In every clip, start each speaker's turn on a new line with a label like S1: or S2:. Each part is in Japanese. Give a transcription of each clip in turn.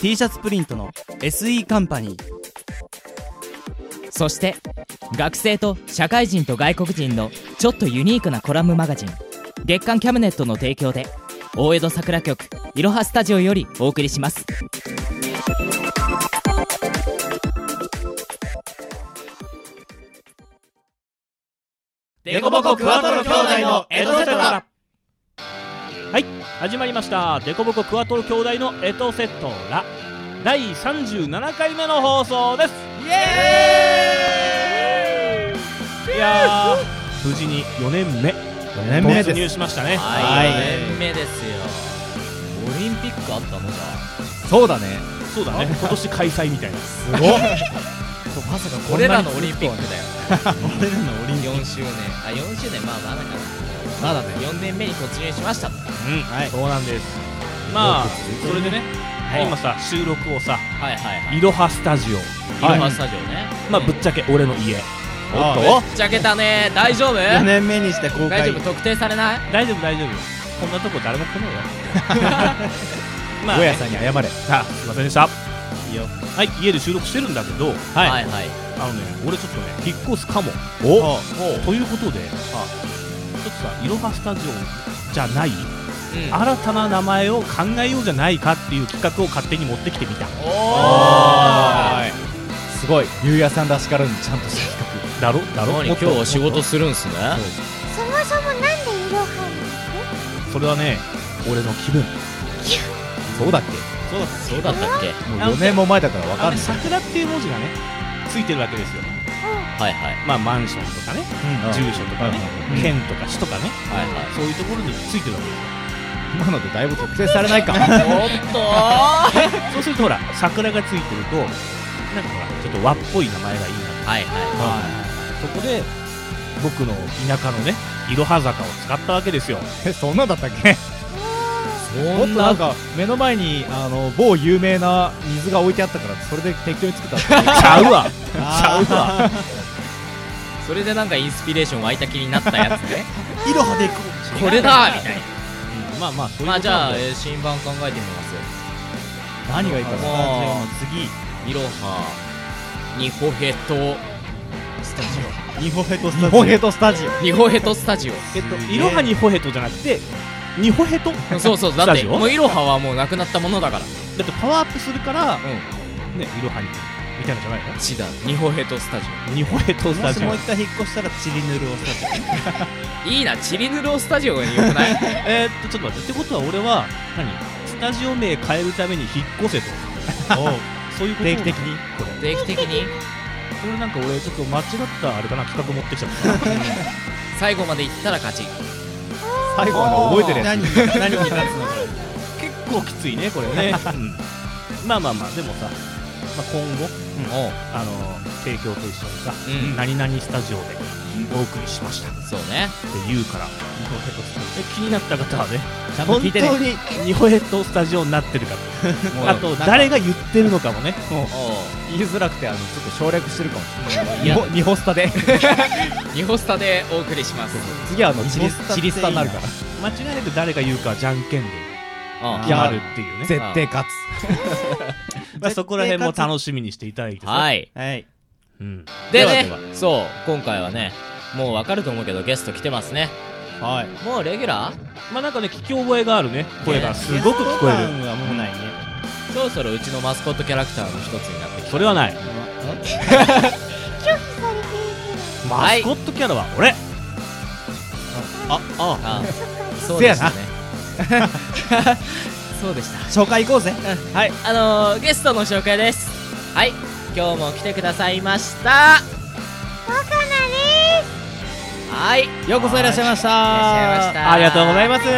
S1: T シャツプリントの SE カンパニー
S2: そして学生と社会人と外国人のちょっとユニークなコラムマガジン月刊キャムネットの提供で大江戸桜局いろはスタジオよりお送りします
S3: デコボコクワトロ兄弟のエトセトラ
S4: はい始まりました「デコボコクワトロ兄弟のエトセトラ」第37回目の放送ですイエーイいやー無事に4年目
S3: 4年
S4: 突入しましたね
S2: い目ですよオリンピックあったのじゃ
S3: そうだね
S4: そうだね今年開催みたいな
S3: すごい
S2: まさか
S5: これらのオリンピッ
S2: だ
S5: ク
S2: よ
S5: 俺らのオリンピック4周年あ4周年まあまだか
S3: まだね
S5: な4年目に突入しましたは
S4: うん
S3: はいそうなんです
S4: まあそれでね、今さ収録をさ
S5: いはいはい
S4: いろはスタジオ
S5: いろはスタジオね
S4: まあぶっちゃけ俺の家
S3: お
S5: ぶっちゃけたね大丈夫
S3: 4年目にして公
S5: 大
S3: 開
S5: 丈夫特定されない
S4: 大丈夫大丈夫こんなとこ誰も来ないよまあ
S3: ゴ
S4: ね、
S3: ヤさんに謝れ
S4: あすいませんでしたいいよはい家で収録してるんだけど
S5: はい
S4: は
S5: はいい
S4: あのね俺ちょっとね引っ越すかも
S3: お
S4: ということでちょっとさいろはスタジオじゃない
S5: うん
S4: 新たな名前を考えようじゃないかっていう企画を勝手に持ってきてみた
S5: おー
S3: すごいゆうやさんらしからぬちゃんとした企画
S4: だろだろ
S5: 何今日は仕事するんすね
S6: そもそもなんでイロハ
S4: それはね俺の気分
S3: そうだっ
S4: そうだった
S5: そうだったっけ
S3: けもう4年も前だからわ
S4: あ
S3: かんな
S4: の
S3: い
S4: 桜っていう文字がねついてるわけですよ
S5: はいはい
S4: まあマンションとかね
S3: うん
S4: 住所とかね
S3: うん
S4: 県とか市とかね
S5: はいは
S4: そういうところについてるわけです
S3: 今のでだいぶ特定されない か
S5: いおっとー
S4: よそうするとほら桜がついてるとなんかほらちょっと和っぽい名前がいいな
S5: はいは
S4: そこで僕の田舎のねいろは坂を使ったわけですよ
S3: えそんなんだったっけ
S5: い
S3: もっとなんか目の前にあの某有名な水が置いてあったからそれで適当に作ったち
S4: ちゃうわ
S3: ゃうわ
S5: それでなんかインスピレーション湧いた気になったやつね
S4: いろはでいこう
S5: これだみたい
S4: うんまあまあそう
S5: なまあ
S4: いうこと
S5: じ
S4: な
S5: ゃ
S4: ん
S5: あ
S4: だよ
S5: えー新版考えてみます
S3: 何がいいかな
S5: も
S4: 次
S5: ういろはニホヘトスタジオ
S3: 日本ヘッドスタジオ日本ヘッドスタジオ
S5: ニホヘトスタジオ
S4: えっといろはにほへとじゃなくてにほへと だ
S5: そうそう
S4: タ
S5: だって
S4: ジオ
S5: もうイロハはもうなくなったものだから
S4: ってパワーアップするから
S5: うん
S4: ねいろはにみたいなのじゃない
S5: 違
S4: の
S5: うニホヘトスタジ
S4: にほへとスタジオ
S1: 回引っ越したらチリヌルをスタジ
S5: オいいなチリヌロスタジオが良く ない
S4: えーっとちょっと待ってってことは俺は何スタジオ名変えるために引っ越せとそういうこと定期的にこれ
S5: 定期的に
S4: これなんか俺ちょっと間違ったあれかな企画持ってきちゃったな
S5: 最後まで行ったら勝ち
S3: 最後まで覚えてるや
S1: 何に何に立つのこ
S4: 結構きついねこれね、うんまあまあまあでもさ、まあ、今後、
S5: おう
S4: あの提供と一緒にさ、
S5: うん
S4: 何々スタジオでお送りしましたって
S5: そうね
S4: 言うからえ気になった方はね
S3: ちゃんと聞いてね
S4: 本当にニホヘッドスタジオになってるか
S5: もう
S4: あと誰が言ってるのかもね
S5: お
S3: 言いづらくてあのちょっと省略してるかもしれない
S5: いや
S3: 日本日本スタで
S5: うニホスタでお送りします
S3: 次はあのチリ
S1: 日本スタ
S3: チリスタになるから
S4: 間違いなく誰が言うかはじゃんけんで
S5: うん
S3: い
S4: 決
S3: や
S4: まるっていうね
S3: 絶対勝
S4: まあ、そこら辺も楽しみにしていただいてさ
S5: はい
S1: とはい
S4: うん、
S5: で
S4: は
S5: ね
S4: は
S5: そう今回はねもうわかると思うけどゲスト来てますね
S3: はい
S5: もうレギュラー
S4: まあなんかね聞き覚えがあるね声がすごく聞こえる
S3: るはもうないね
S5: そろそろうちのマスコットキャラクターの一つになってき
S4: それはない
S6: 拒否されている
S4: マスコットキャラは俺
S3: ああ
S5: たあ
S6: けど
S5: そ
S6: そっか
S5: うでしたね そうでした
S3: 紹介行こうぜはい
S5: あのー、ゲストの紹介ですはい今日も来てくださいました
S6: 若菜です
S5: はい
S3: ようこそいらっしゃいました
S5: いらっしゃいました
S4: ありがとうございます
S3: もう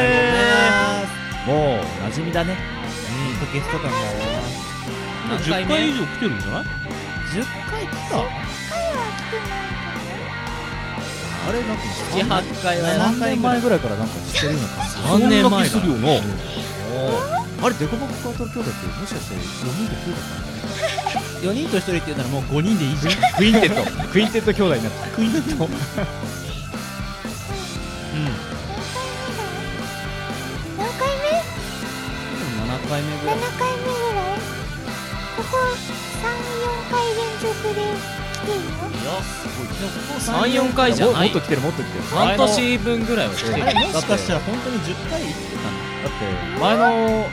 S3: 馴染みだねうんゲスト感が
S4: もう
S5: 何
S4: 10
S5: 目
S4: 回以上来てるんじゃない
S3: 10回来たあれなんか
S5: 78回はやっ
S3: 何年前ぐらいからなんかしてるのか
S4: 3年前するよな
S3: あれデコボコカートル兄弟ってもしかして4人で9だったんだね
S1: 4人と1人って言うならもう5人でいいじ ゃん
S3: クインテットクインテット兄弟になったクインテット
S6: 何回目だ
S1: 7回目ぐらい
S6: 何回目 ?7 回目ぐらいここ34回連続で来てるよ
S5: 34回じゃない
S3: もっと来てるもっと来てる
S5: 半年分ぐらいは来てる
S3: あれも
S1: も
S3: し
S1: し
S3: か
S1: か
S3: し
S1: したた
S3: ら
S1: ら本当に10回行ってたの
S3: だって前の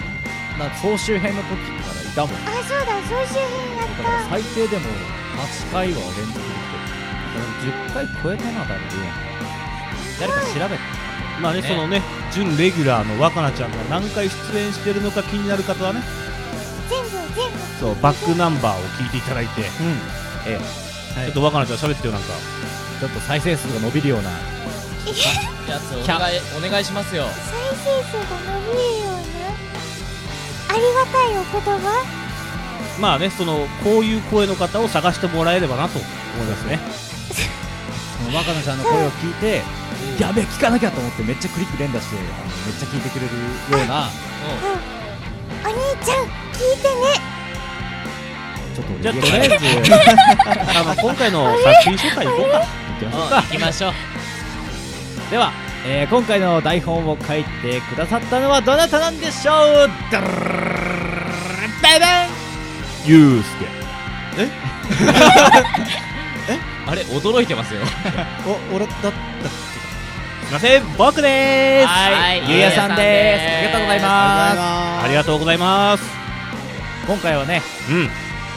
S3: なんか総集編の時からいたもんだ
S6: あそうだ総集編やっ
S3: から
S6: た
S3: 最低でも8回は連続で来てるだから10回超えたなだね誰か調べて
S4: まあね
S5: ね
S4: そのね準レギュラーの若菜ちゃんが何回出演してるのか気になる方はね
S6: 全部全部
S4: そうバックナンバーを聞いていただいて
S3: うんええ
S4: ちょっと若菜ちゃん喋ってよなんか
S3: ちょっと再生数が伸びるような
S5: やつお願いお願いしますよ
S6: 再生数が伸びるようなありがたいお言葉
S4: まあねそのこういう声の方を探してもらえればなと思いますね
S3: その若菜ちゃんの声を聞いて、やべえ聞かなきゃと思ってめっちゃクリック連打してあのめっちゃ聞いてくれるような
S6: お兄ちゃん聞いてね
S3: ちょっと俺
S4: じゃあと
S3: 言
S4: り
S3: え
S4: あえ
S3: ない
S4: ず あの今回の作品紹介いこう
S3: 言
S4: か
S3: って
S5: うん
S3: ま
S5: 行きまし ょう
S3: すでは、えー今回の台本を書いてくださったのはどなたなんでしょうダルルルルルルルルルバイバイ
S4: ゆうすけ
S5: あれ驚いてますよ
S1: お俺だった
S4: すいません僕でーす
S5: はい
S3: ゆうやさんですあ
S5: ゆうやさんです
S3: りがとうございます
S4: ありがとうございます
S3: 今回はね
S4: うん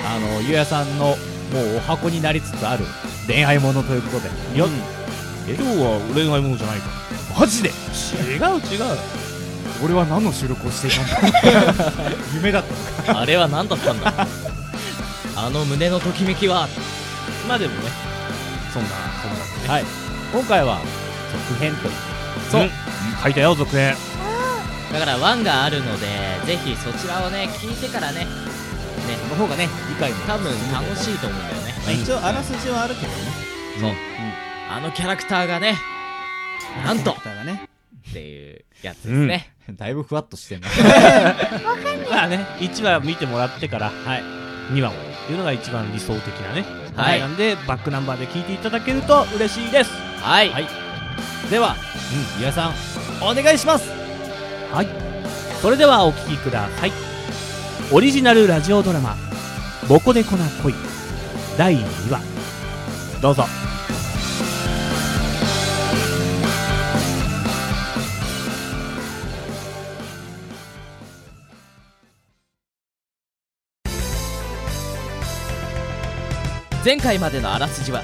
S3: あのゆうやさんのもうお箱になりつつある恋愛ものということで
S4: いや、今日は恋愛ものじゃないか
S3: マジで
S4: 違う違う
S3: 俺は何の収録をしていたんだ夢だった
S5: あれは何だったん だあの胸のときめきは
S4: まあでもねそんなそんなね
S3: はい今回は続編という
S4: そう、書いたよ続編
S5: だからワンがあるのでぜひそちらをね聞いてからね
S3: その方がね理解も
S5: 多分楽しいと思うんだよね
S1: 一応あらすじはあるけどね
S5: そう、あのキャラクターがねなん
S1: キャ
S5: と
S1: ラクターがね
S5: っていうやつですね、
S3: だいぶふわっとしてんな
S4: まあね1話見てもらってから、はい、2話をっていうのが一番理想的なね
S5: はい
S4: なんでバックナンバーで聞いていただけると嬉しいです
S5: はい、
S3: はいでは、うん、ゆうやさんお願いします
S4: はいそれではお聴きくださいオリジナルラジオドラマ「ボコデコな恋」第2話どうぞ
S5: 前回までのあらすじは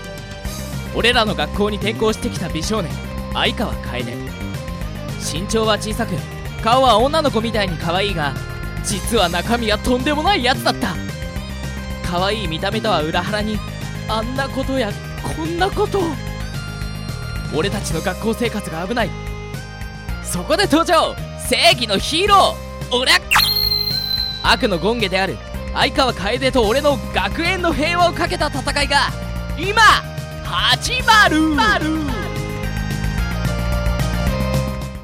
S5: 俺らの学校に転校してきた美少年相川楓身長は小さく顔は女の子みたいに可愛いが実は中身はとんでもないやつだった可愛い見た目とは裏腹にあんなことやこんなことを俺たちの学校生活が危ないそこで登場正義のヒーロー俺悪の権下である相川楓と俺の学園の平和をかけた戦いが今始まる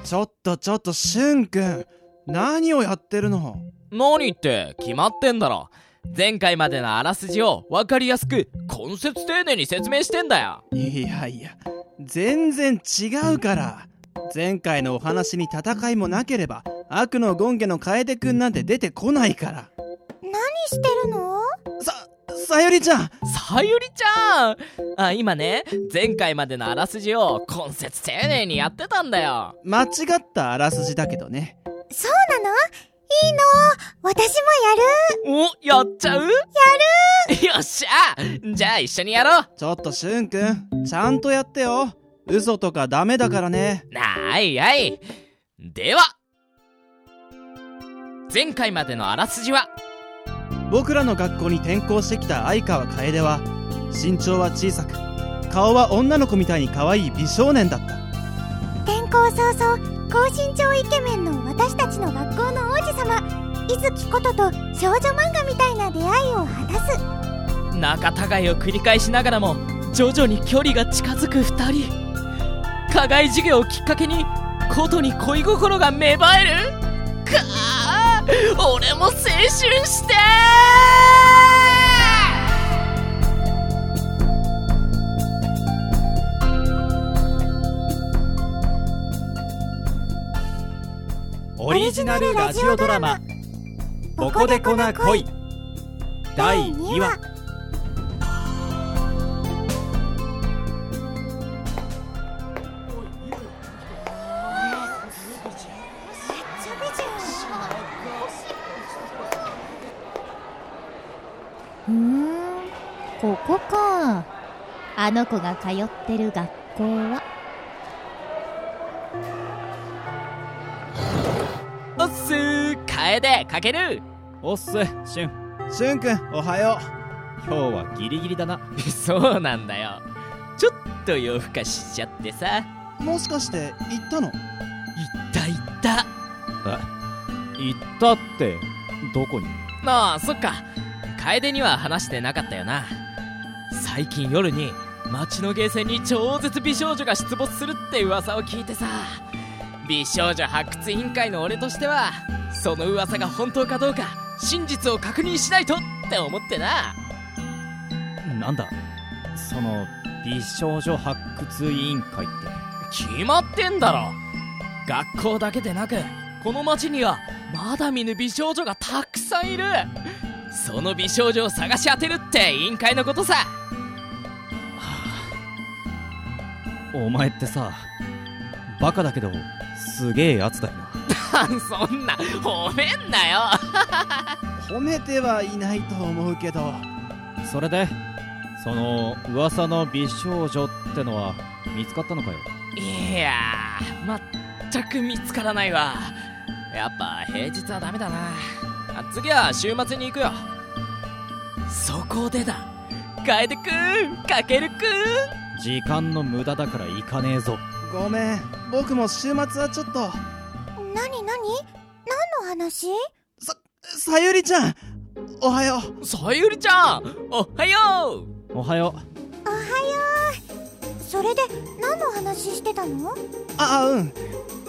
S1: ちょっとちょっとしゅんくん何をやってるの
S5: 何って決まってんだろ前回までのあらすじを分かりやすく根節丁寧に説明してんだよ
S1: いやいや全然違うから前回のお話に戦いもなければ悪の権化の楓くんなんて出てこないから
S6: 何してるの
S1: ささゆりちゃん
S5: さゆりちゃんあ今ね前回までのあらすじを今節丁寧にやってたんだよ
S1: 間違ったあらすじだけどね
S6: そうなのいいの私もやる
S5: おやっちゃうやるよっしゃじゃあ一緒にやろう
S1: ちょっとしゅんくんちゃんとやってよ嘘とかダメだからね
S5: なあいあいでは前回までのあらすじは
S1: 僕らの学校に転校してきた相川楓は身長は小さく顔は女の子みたいに可愛い美少年だった
S6: 転校早々高身長イケメンの私たちの学校の王子様伊月ことと少女漫画みたいな出会いを果たす
S5: 仲違いを繰り返しながらも徐々に距離が近づく2人課外授業をきっかけにことに恋心が芽生えるかあ俺も青春して
S3: オリジナルラジオドラマ「ここでこな恋」第2話
S6: うーんここかあの子が通ってる学校は
S5: おっすー楓かける
S3: おっすしゅん
S1: しゅんくんおはよ
S3: 今日はギリギリだな
S5: そうなんだよちょっと夜更かししちゃってさ
S1: うもしかして行ったの
S5: いったいった
S3: 行ったってどこに
S5: ああそっか楓には話してなかったよな最近夜に街のゲーセンに超絶美少女が出没するって噂を聞いてさ美少女発掘委員会の俺としてはその噂が本当かどうか真実を確認しないとって思ってな
S3: なんだその美少女発掘委員会って
S5: 決まってんだろ学校だけでなくこの町にはまだ見ぬ美少女がたくさんいるその美少女を探し当てるって委員会のことさ
S3: お前ってさバカだけどすげえやつだよな
S5: あそんな褒めんなよ
S1: 褒めてはいないと思うけど
S3: それでその噂の美少女ってのは見つかったのかよ
S5: いやーまったく見つからないわやっぱ平日はダメだなあ次は週末に行くよそこでだ楓くんかけるくん
S3: 時間の無駄だから行かねえぞ
S1: ごめん僕も週末はちょっと
S6: なになに何の話
S1: さゆりちゃんおはよう
S5: さゆりちゃんおはよう
S3: おはよ
S6: おはようそれで何の話してたの
S1: ああうん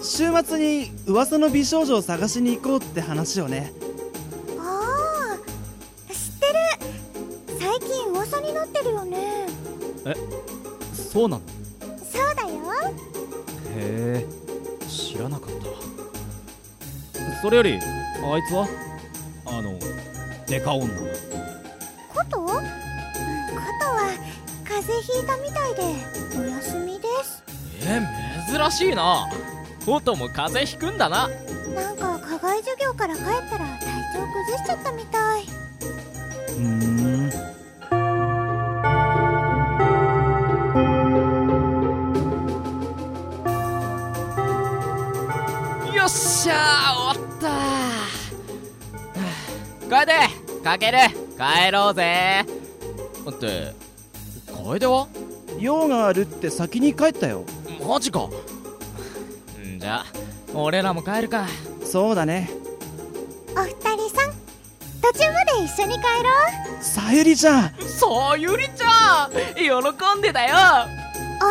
S1: 週末に噂の美少女を探しに行こうって話をね
S6: ああ知ってる最近噂になってるよね
S3: うそうなの
S6: そうだよ
S3: へえ知らなかったそれよりあいつはあのデカ女
S6: ことことは風邪ひいたみたいでお休みです
S5: え珍しいなことも風邪ひくんだな
S6: なんか課外授業から帰ったら体調崩しちゃったみたいう
S3: ーん
S5: よっしゃー終わったはあ楓かける帰ろうぜ待って楓は
S1: 用があるって先に帰ったよ
S5: マジかんじゃあ俺らも帰るか
S1: そうだね
S6: お二人さん途中まで一緒に帰ろ
S1: さゆりちゃん
S5: さゆりちゃん喜んでたよ
S6: うあ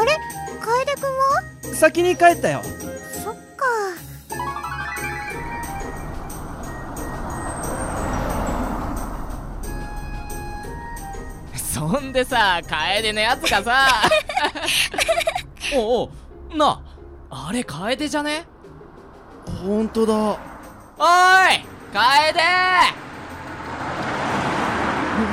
S6: れ楓くんは
S1: 先に帰ったよ
S6: そっか
S5: そんでさ楓のやつがさ おおなああれ楓じゃね
S1: 本当だ
S5: おい楓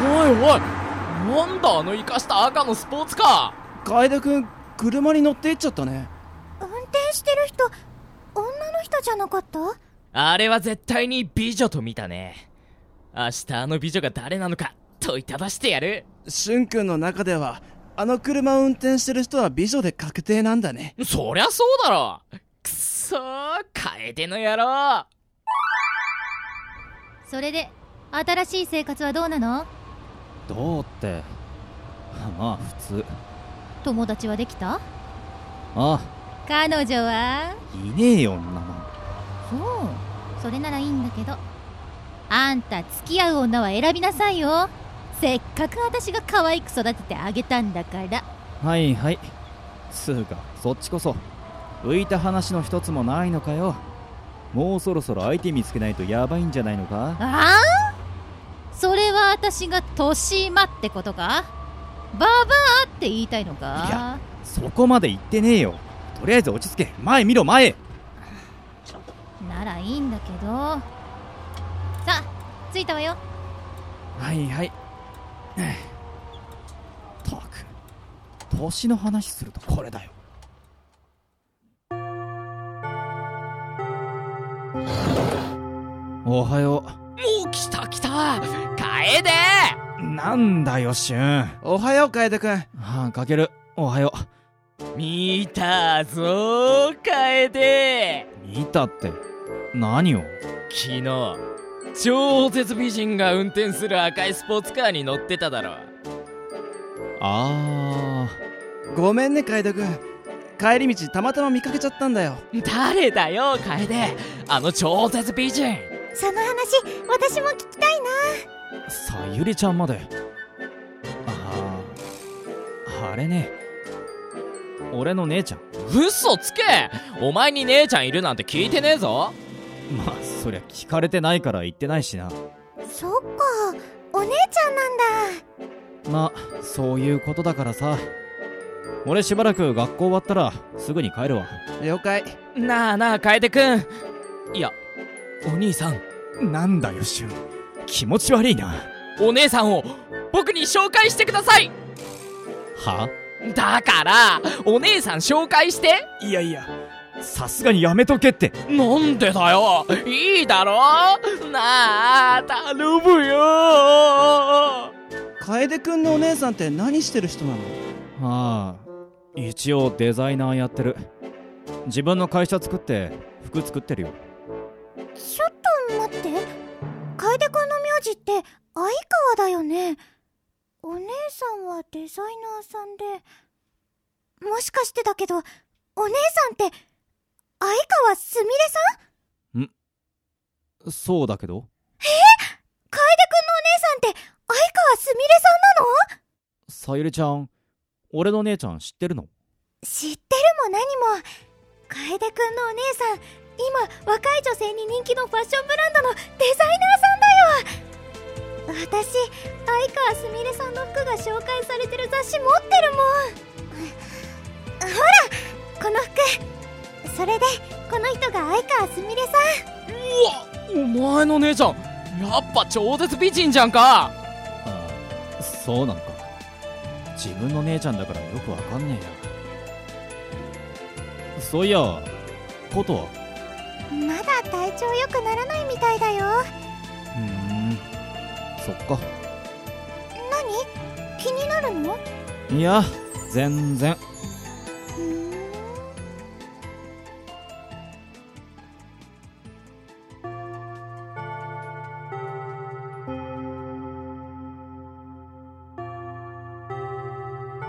S5: おいおいなんだあの生かした赤のスポーツカ
S1: 楓君車に乗っていっちゃったね
S6: 運転してる人女の人じゃなかった
S5: ーあれは絶対に美女と見たね明日あの美女が誰なのか問いただしてやる
S1: しゅん君の中ではあの車を運転してる人は美女で確定なんだね
S5: そりゃそうだろくっそー楓の野郎
S7: それで新しい生活はどうなの
S8: どうって まあ普通
S7: 友達はできた
S8: あ
S7: 彼女はい
S8: ねえよんなもん
S7: そうそれならいいんだけどあんた付き合う女は選びなさいよせっかく私が可愛く育ててあげたんだから
S8: はいはいつうかそっちこそ浮いた話の一つもないのかよもうそろそろ相手見つけないとやばいんじゃないのか
S7: ああそれは私が年まってことかババアって言いたいのか
S8: いやそこまで言ってねえよとりあえず落ち着け前見ろ前
S7: ならいいんだけどさあ着いたわよ
S8: はいはい ったく年の話するとこれだよおはよ
S5: もう来た来た楓
S8: うなんだよしゅんあ
S1: おはよう楓君
S8: あかけるおはよ
S5: 見たぞー楓
S8: う見たって何を
S5: 昨日超絶美人が運転する赤いスポーツカーに乗ってただろ
S8: あ
S1: ごめんね楓君帰り道たまたま見かけちゃったんだよ
S5: 誰だよ楓あの超絶美人
S6: その話私も聞きたいな
S8: あさゆりちゃんまであああれね俺の姉ちゃん
S5: 嘘つけお前に姉ちゃんいるなんて聞いてねえぞ
S8: まあそりゃ聞かれてないから言ってないしな
S6: そっかお姉ちゃんな
S8: ま
S6: んだ
S8: あそういうことだからさ俺しばらく学校終わったらすぐに帰るわ
S1: 了解
S5: なあなあ楓くんいやお兄さん
S8: なんだよしゅん気持ち悪いな
S5: お姉さんを僕に紹介してください
S8: は
S5: だからお姉さん紹介して
S8: いやいやさすがにやめとけって
S5: なんでだよいいだろなあ頼むよ
S1: 楓君のお姉さんって何してる人なの
S8: ああ一応デザイナーやってる自分の会社作って服作ってるよ
S6: ちょっと待って楓くんの名字って相川だよねお姉さんはデザイナーさんでもしかしてだけどお姉さんって相川すみれさん
S8: そうだけど
S6: 楓くんのお姉さんって相川すみれさんなの
S8: さゆりちゃん俺の姉ちゃん知ってるの
S6: 知ってるも何も楓くんのお姉さん今若い女性に人気のファッションブランドのデザイナーさんだよ私相川すみれさんの服が紹介されてる雑誌持ってるもんほらこの服それでこの人が相川すみれさ
S5: うわお前の姉ちゃんやっぱ超絶美人じゃんか
S8: ああそうなのか自分の姉ちゃんだからよくわかんねえやそういやことは
S6: んまだ体調良くならないみたいだよ
S8: うーんそっか
S6: 何気になるの
S8: いや全然
S6: うん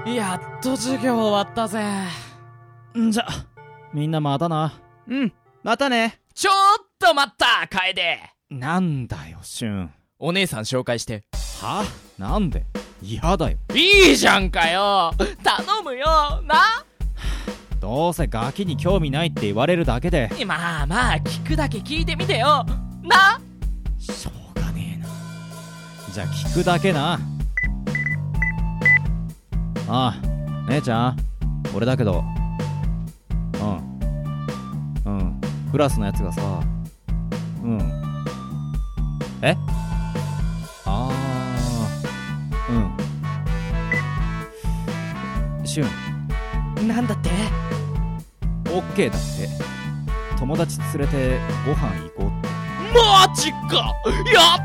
S5: やっと授業終わったぜ
S8: んじゃみんなまたな
S1: うんまたね
S5: ちょっと待った楓
S8: なんだよしゅん
S5: お姉さん紹介して
S8: はなんで嫌だよ
S5: いいじゃんかよ頼むよな
S8: どうせガキに興味ないって言われるだけで
S5: まあまあ聞くだけ聞いてみてよな
S8: しょうがねえなじゃあ聞くだけなああ姉ちゃん俺だけどうんうんクラスのやつがさうんえああうん俊
S5: なんだって
S8: オッケーだって友達連れてご飯行こうって
S5: マジかやっ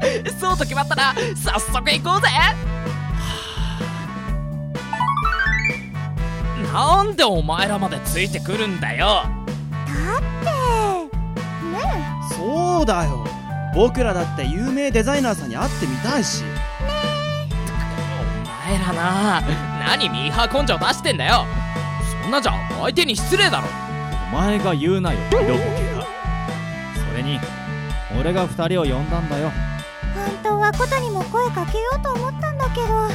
S5: たー そうと決まったら早速行こうぜなんでお前らまでついてくるんだよ
S6: ね
S1: そうだよ僕らだって有名デザイナーさんに会ってみたいし
S5: お前らな何ミーハー根性出してんだよそんなじゃ相手に失礼だろ
S8: お前が言うなよ色ボケがそれに俺が2人を呼んだんだよ
S6: 本当はコトにも声かけようと思ったんだけど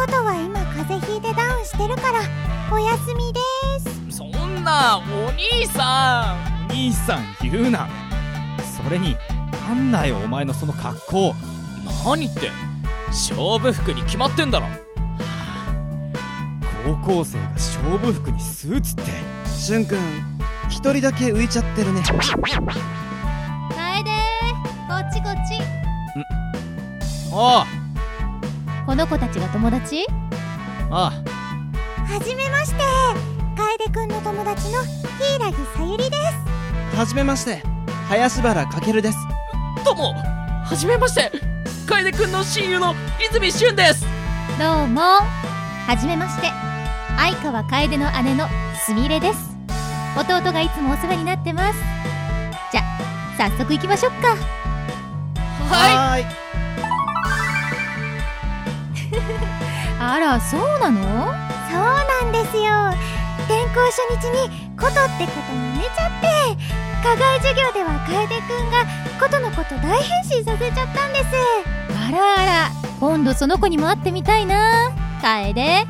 S6: コトは今風邪ひいてダウンしてるからお休みです
S5: そんなお兄さん
S8: 兄さん言うなそれになんだよお前のその格好
S5: 何って勝負服に決まってんだろ
S8: 高校生が勝負服にスーツって
S1: しゅんくん一人だけ浮いちゃってるね
S7: 楓こっちこっち
S8: あ
S7: この子たちが友達
S8: ああ
S6: はじめまして楓くんの友達の柊さゆりです
S1: はじめまして林原かけるです
S5: どうもはじめまして楓君の親友の泉俊です
S7: どうもはじめまして相川楓の姉のすみれです弟がいつもお世話になってますじゃ早速行きましょうか
S5: はい
S7: あらそうなの
S6: そうなんですよ転校初日にコトってことにめちゃって課外授業では楓くんがコトのこと大変身させちゃったんです
S7: あらあら今度その子にも会ってみたいな楓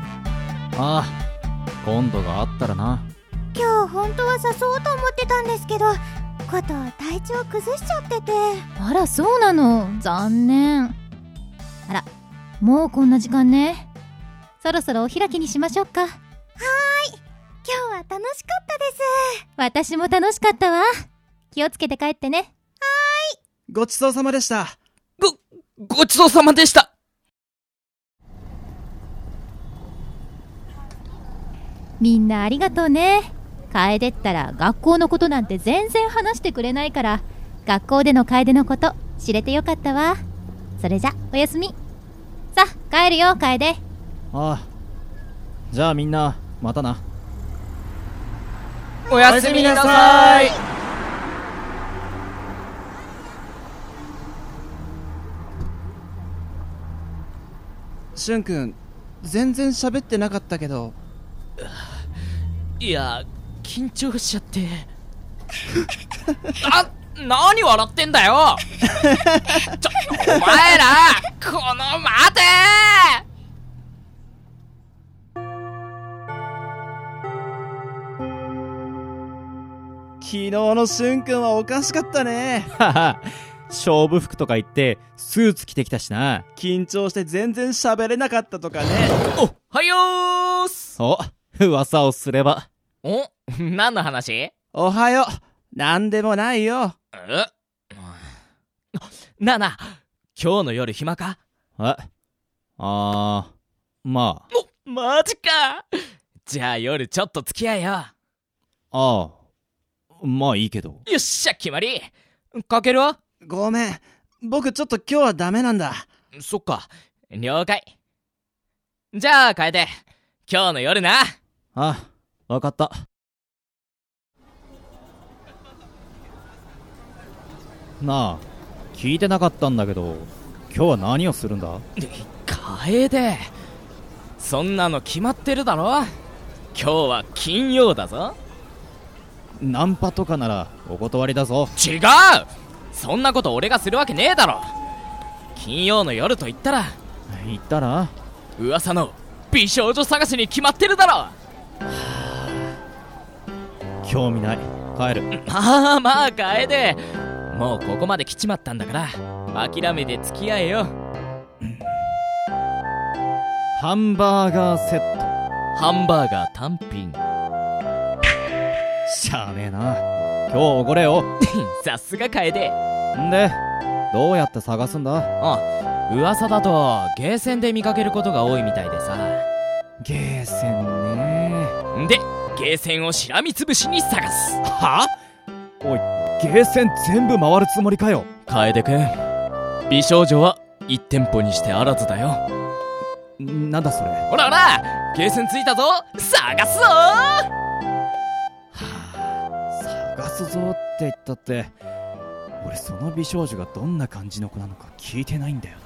S8: ああ今度があったらな
S6: 今日本当は誘おうと思ってたんですけどコト体調崩しちゃってて
S7: あらそうなの残念あらもうこんな時間ねそろそろお開きにしましょうか
S6: 今日は楽しかったです
S7: 私も楽しかったわ気をつけて帰ってね
S1: ごちそうさまでした
S5: ごちそうさまでした
S7: みんなありがとうね楓ったら学校のことなんて全然話してくれないから学校での楓のこと知れてよかったわそれじゃおやすみさあ帰るよ楓
S8: ああじゃあみんなまたな
S5: おやすみなさい
S1: しゅんくん全然喋ってなかったけど
S5: いや緊張しちゃって あ何笑ってんだよちょお前らこの待て
S1: 昨日のしゅんくんはおかしかったね
S8: はは 勝負服とか言ってスーツ着てきたしな
S1: 緊張して全然喋れなかったとかね
S5: おはようっす
S8: お噂をすれば
S5: お何の話え
S1: おはようなんでもないよ
S5: なあなあ今日の夜暇か
S8: えああーまあ
S5: おマジかじゃあ夜ちょっと付き合えよ
S8: ああまあいいけど
S5: よっしゃ決まりかけるわ
S1: ごめん僕ちょっと今日はダメなんだ
S5: そっか了解じゃあ楓今日の夜な
S8: ああわかったなあ聞いてなかったんだけど今日は何をするんだ
S5: 楓そんなの決まってるだろ今日は金曜だぞ
S8: ナンパとかならお断りだぞ
S5: 違うそんなこと俺がするわけねえだろ金曜の夜と言ったら
S8: 言ったら
S5: 噂の美少女探しに決まってるだろ
S8: 興味ない帰る
S5: まあまあ楓もうここまで来ちまったんだから諦めて付き合えよ
S8: ハンバーガーセット
S5: ハンバーガー単品
S8: しゃあねえな今日おごれよ
S5: さすが楓
S8: んでどうやって探すんだ
S5: あ噂だとゲーセンで見かけることが多いみたいでさ
S8: ゲーセンね
S5: んでゲーセンをしらみつぶしに探す
S8: はあおいゲーセン全部回るつもりかよ
S5: 楓くん美少女は1店舗にしてあらずだよ
S8: なんだそれ
S5: ほらほらゲーセンついたぞ探すぞ
S8: 探すぞって言ったって俺その美少女がどんな感じの子なのか聞いてないんだよ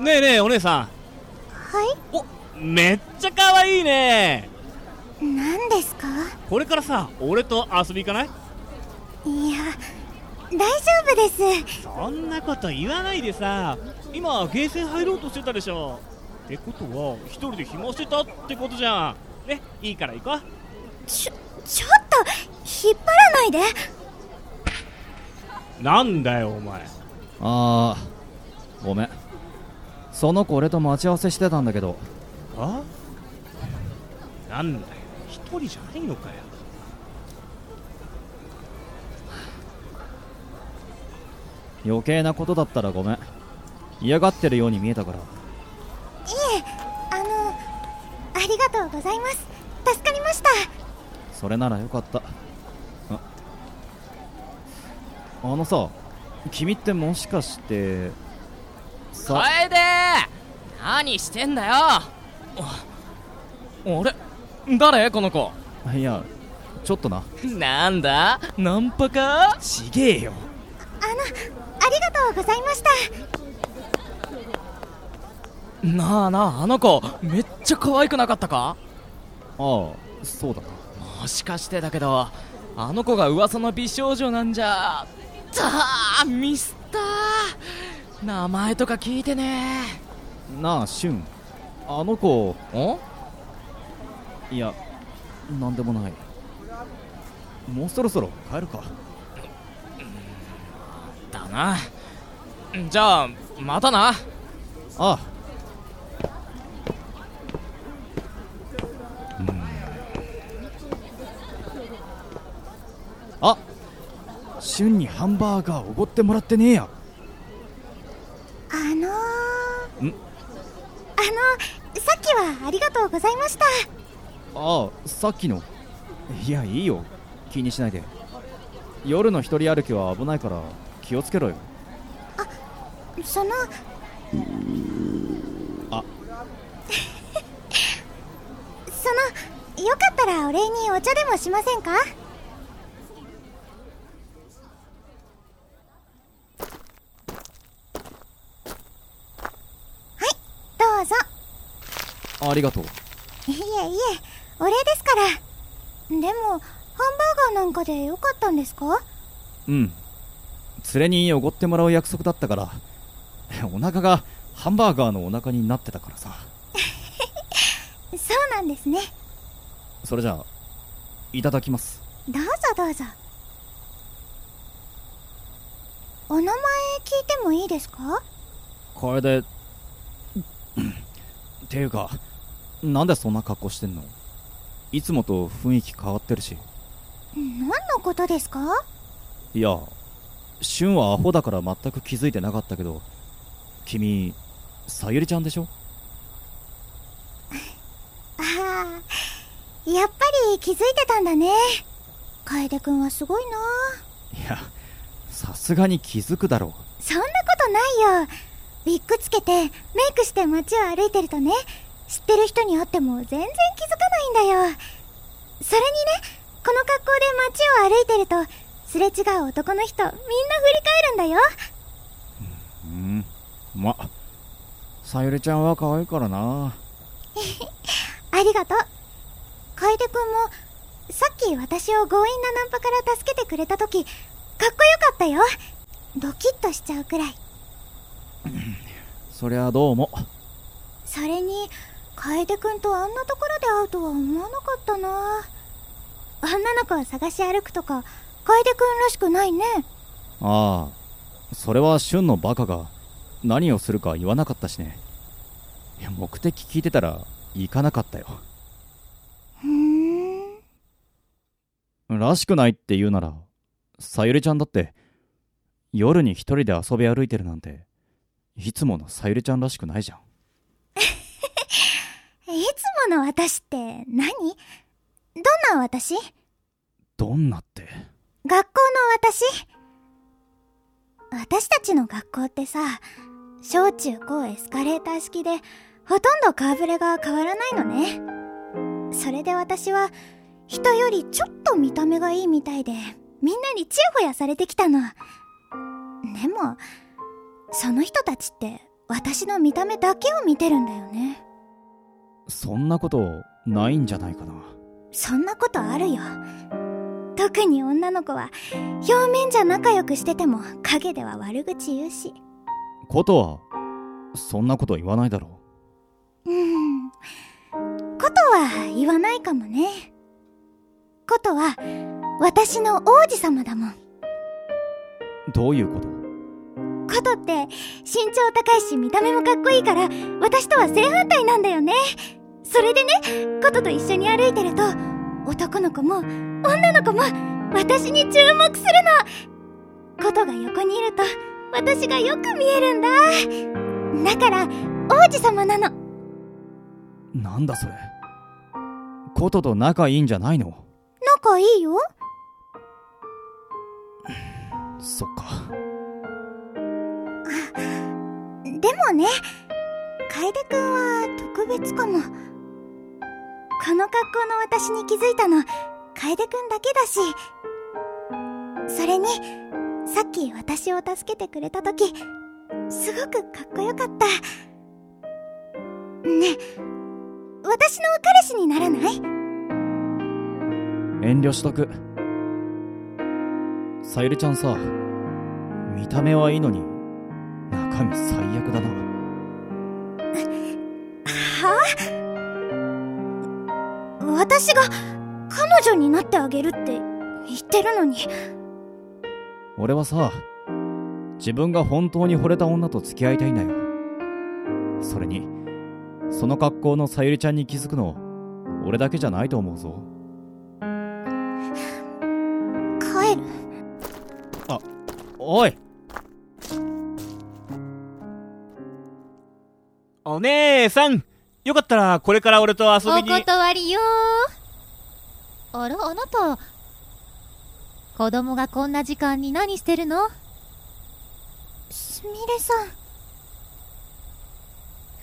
S4: ねえねえお姉さ
S6: は
S4: んめっちゃ可愛いね
S6: い何ですか
S4: これからさ俺と遊び行かない
S6: いや大丈夫です
S4: そんなこと言わないでさ今ゲーセン入ろうとしてたでしょってことは一人で暇してたってことじゃんねいいから行こう
S6: ちょちょっと引っ張らないで
S4: なんだよお
S8: あ
S4: 前
S8: あごめんその子俺と待ち合わせしてたんだけど
S4: あなんだよ一人じゃないのかよ
S8: 余計なことだったらごめん嫌がってるように見えたから
S6: あのありがとうございます助かりました
S8: それならよかったああのさ君ってもしかしてさ
S5: 楓何してんだよああれ誰この子
S8: いやちょっとな
S5: なんだナンパか
S8: ちげえよ
S6: あのありがとうございました
S5: なあなああの子めっちゃ可愛くなかったか
S8: ああそうだな
S5: もしかしてだけどあの子が噂の美少女なんじゃたあミスター名前とか聞いてね
S8: なあシュンあの子
S5: お
S8: いやなんでもないもうそろそろ帰るか
S5: だなじゃあまたな
S8: あああシュンにハンバーガーおごってもらってねえや
S6: あのー、あ
S8: ん
S6: のさっきはありがとうございました
S8: ああさっきのいやいいよ気にしないで夜の一人歩きは危ないから気をつけろよ
S6: その
S8: あ
S6: そのよかったらお礼にお茶でもしませんかはいどうぞ
S8: ありがとう
S6: いえいえお礼ですからでもハンバーガーなんかでよかったんですか
S8: うん連れにおごってもらう約束だったから お腹がハンバーガーのお腹になってたからさ
S6: そうなんですね
S8: それじゃあいただきます
S6: どうぞどうぞお名前聞いてもいいですか
S8: これでっていうかなんでそんな格好してんのいつもと雰囲気変わってるし
S6: 何のことですか
S8: いやシュンはアホだから全く気づいてなかったけど君さゆりちゃんでしょ
S6: ああやっぱり気づいてたんだね楓くんはすごいない
S8: やさすがに気づくだろ
S6: そんなことないよウィッグつけてメイクして街を歩いてるとね知ってる人に会っても全然気づかないんだよそれにねこの格好で街を歩いてるとすれ違う男の人みんな振り返るんだよ
S8: ううんまさゆりちゃんは可愛いからな
S6: ありがとう楓くんもさっき私を強引なナンパから助けてくれた時かっこよかったよドキッとしちゃうくらい
S8: そりゃどうも
S6: それに楓くんとあんなところで会うとは思わなかったな女の子を探し歩くとか楓くんらしくないね
S8: ああそれは旬のバカが何をするか言わなかったしねいや目的聞いてたら行かなかったよ
S6: ふーん
S8: らしくないって言うならさゆりちゃんだって夜に一人で遊び歩いてるなんていつものさゆりちゃんらしくないじゃん
S6: いや今の私って何どんな私
S8: どんなって
S6: 学校の私私たちの学校ってさ、小中高エスカレーター式で、ほとんど顔ぶれが変わらないのね。それで私は、人よりちょっと見た目がいいみたいで、みんなにチヤホヤされてきたの。でも、その人たちって、私の見た目だけを見てるんだよね。
S8: そんなことないんじゃないかな
S6: そんなことあるよ。特に女の子は、表面じゃ仲良くしてても、影では悪口言うし。
S8: ことはそんなこと言わないだろ
S6: うん。ことは言わないかもね。ことは、私の王子様だもん。
S8: うどういうこと
S6: ことって、身長高いし見た目もかっこいいから、私とは正反対なんだよね。それでね、ことと一緒に歩いてると、男の子も、女の子も、私に注目するの。ことが横にいると、私がよく見えるんだ。だから、王子様なの。
S8: なんだそれことと仲いいんじゃないの
S6: 仲いいよ。
S8: そっか
S6: でもね、楓くんは特別かも。この格好の私に気づいたの、楓くんだけだし。それに、さっき私を助けてくれた時すごくかっこよかった。ねえ、私の彼氏にならない
S8: 遠慮しとくさゆりちゃんさ見た目はいいのに中身最悪だな
S6: 私が彼女になってあげるって言ってるのに。
S8: 俺はさ自分が本当に惚れた女と付き合いたいんだよそれにその格好のさゆりちゃんに気づくの俺だけじゃないと思うぞ
S6: 帰る。
S8: おい
S4: お姉さんよかったらこれから俺と遊び
S7: お
S4: に
S7: 断りよーあらあなた子供がこんな時間に何してるの
S6: すみれさ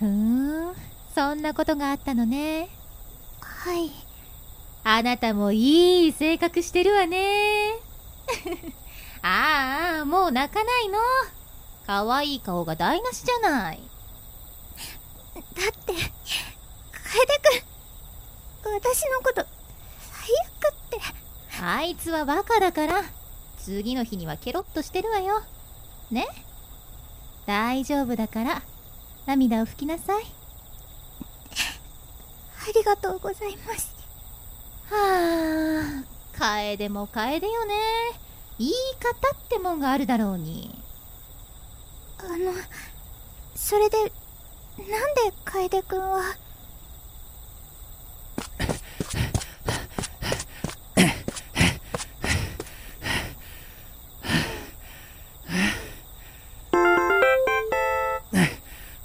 S6: ん。
S7: ふーんそんなことがあったのね
S6: はい。
S7: あなたもいい性格してるわね ああもう泣かないの可愛い顔が台無しじゃない
S6: だって、楓くん、私のこと、最悪って。
S7: あいつはバカだから、次の日にはケロッとしてるわよ。ね大丈夫だから、涙を拭きなさい。
S6: ありがとうございます。
S7: はあ、楓も楓よね。言い方ってもんがあるだろうに。
S6: あの、それで、なんで楓くんは、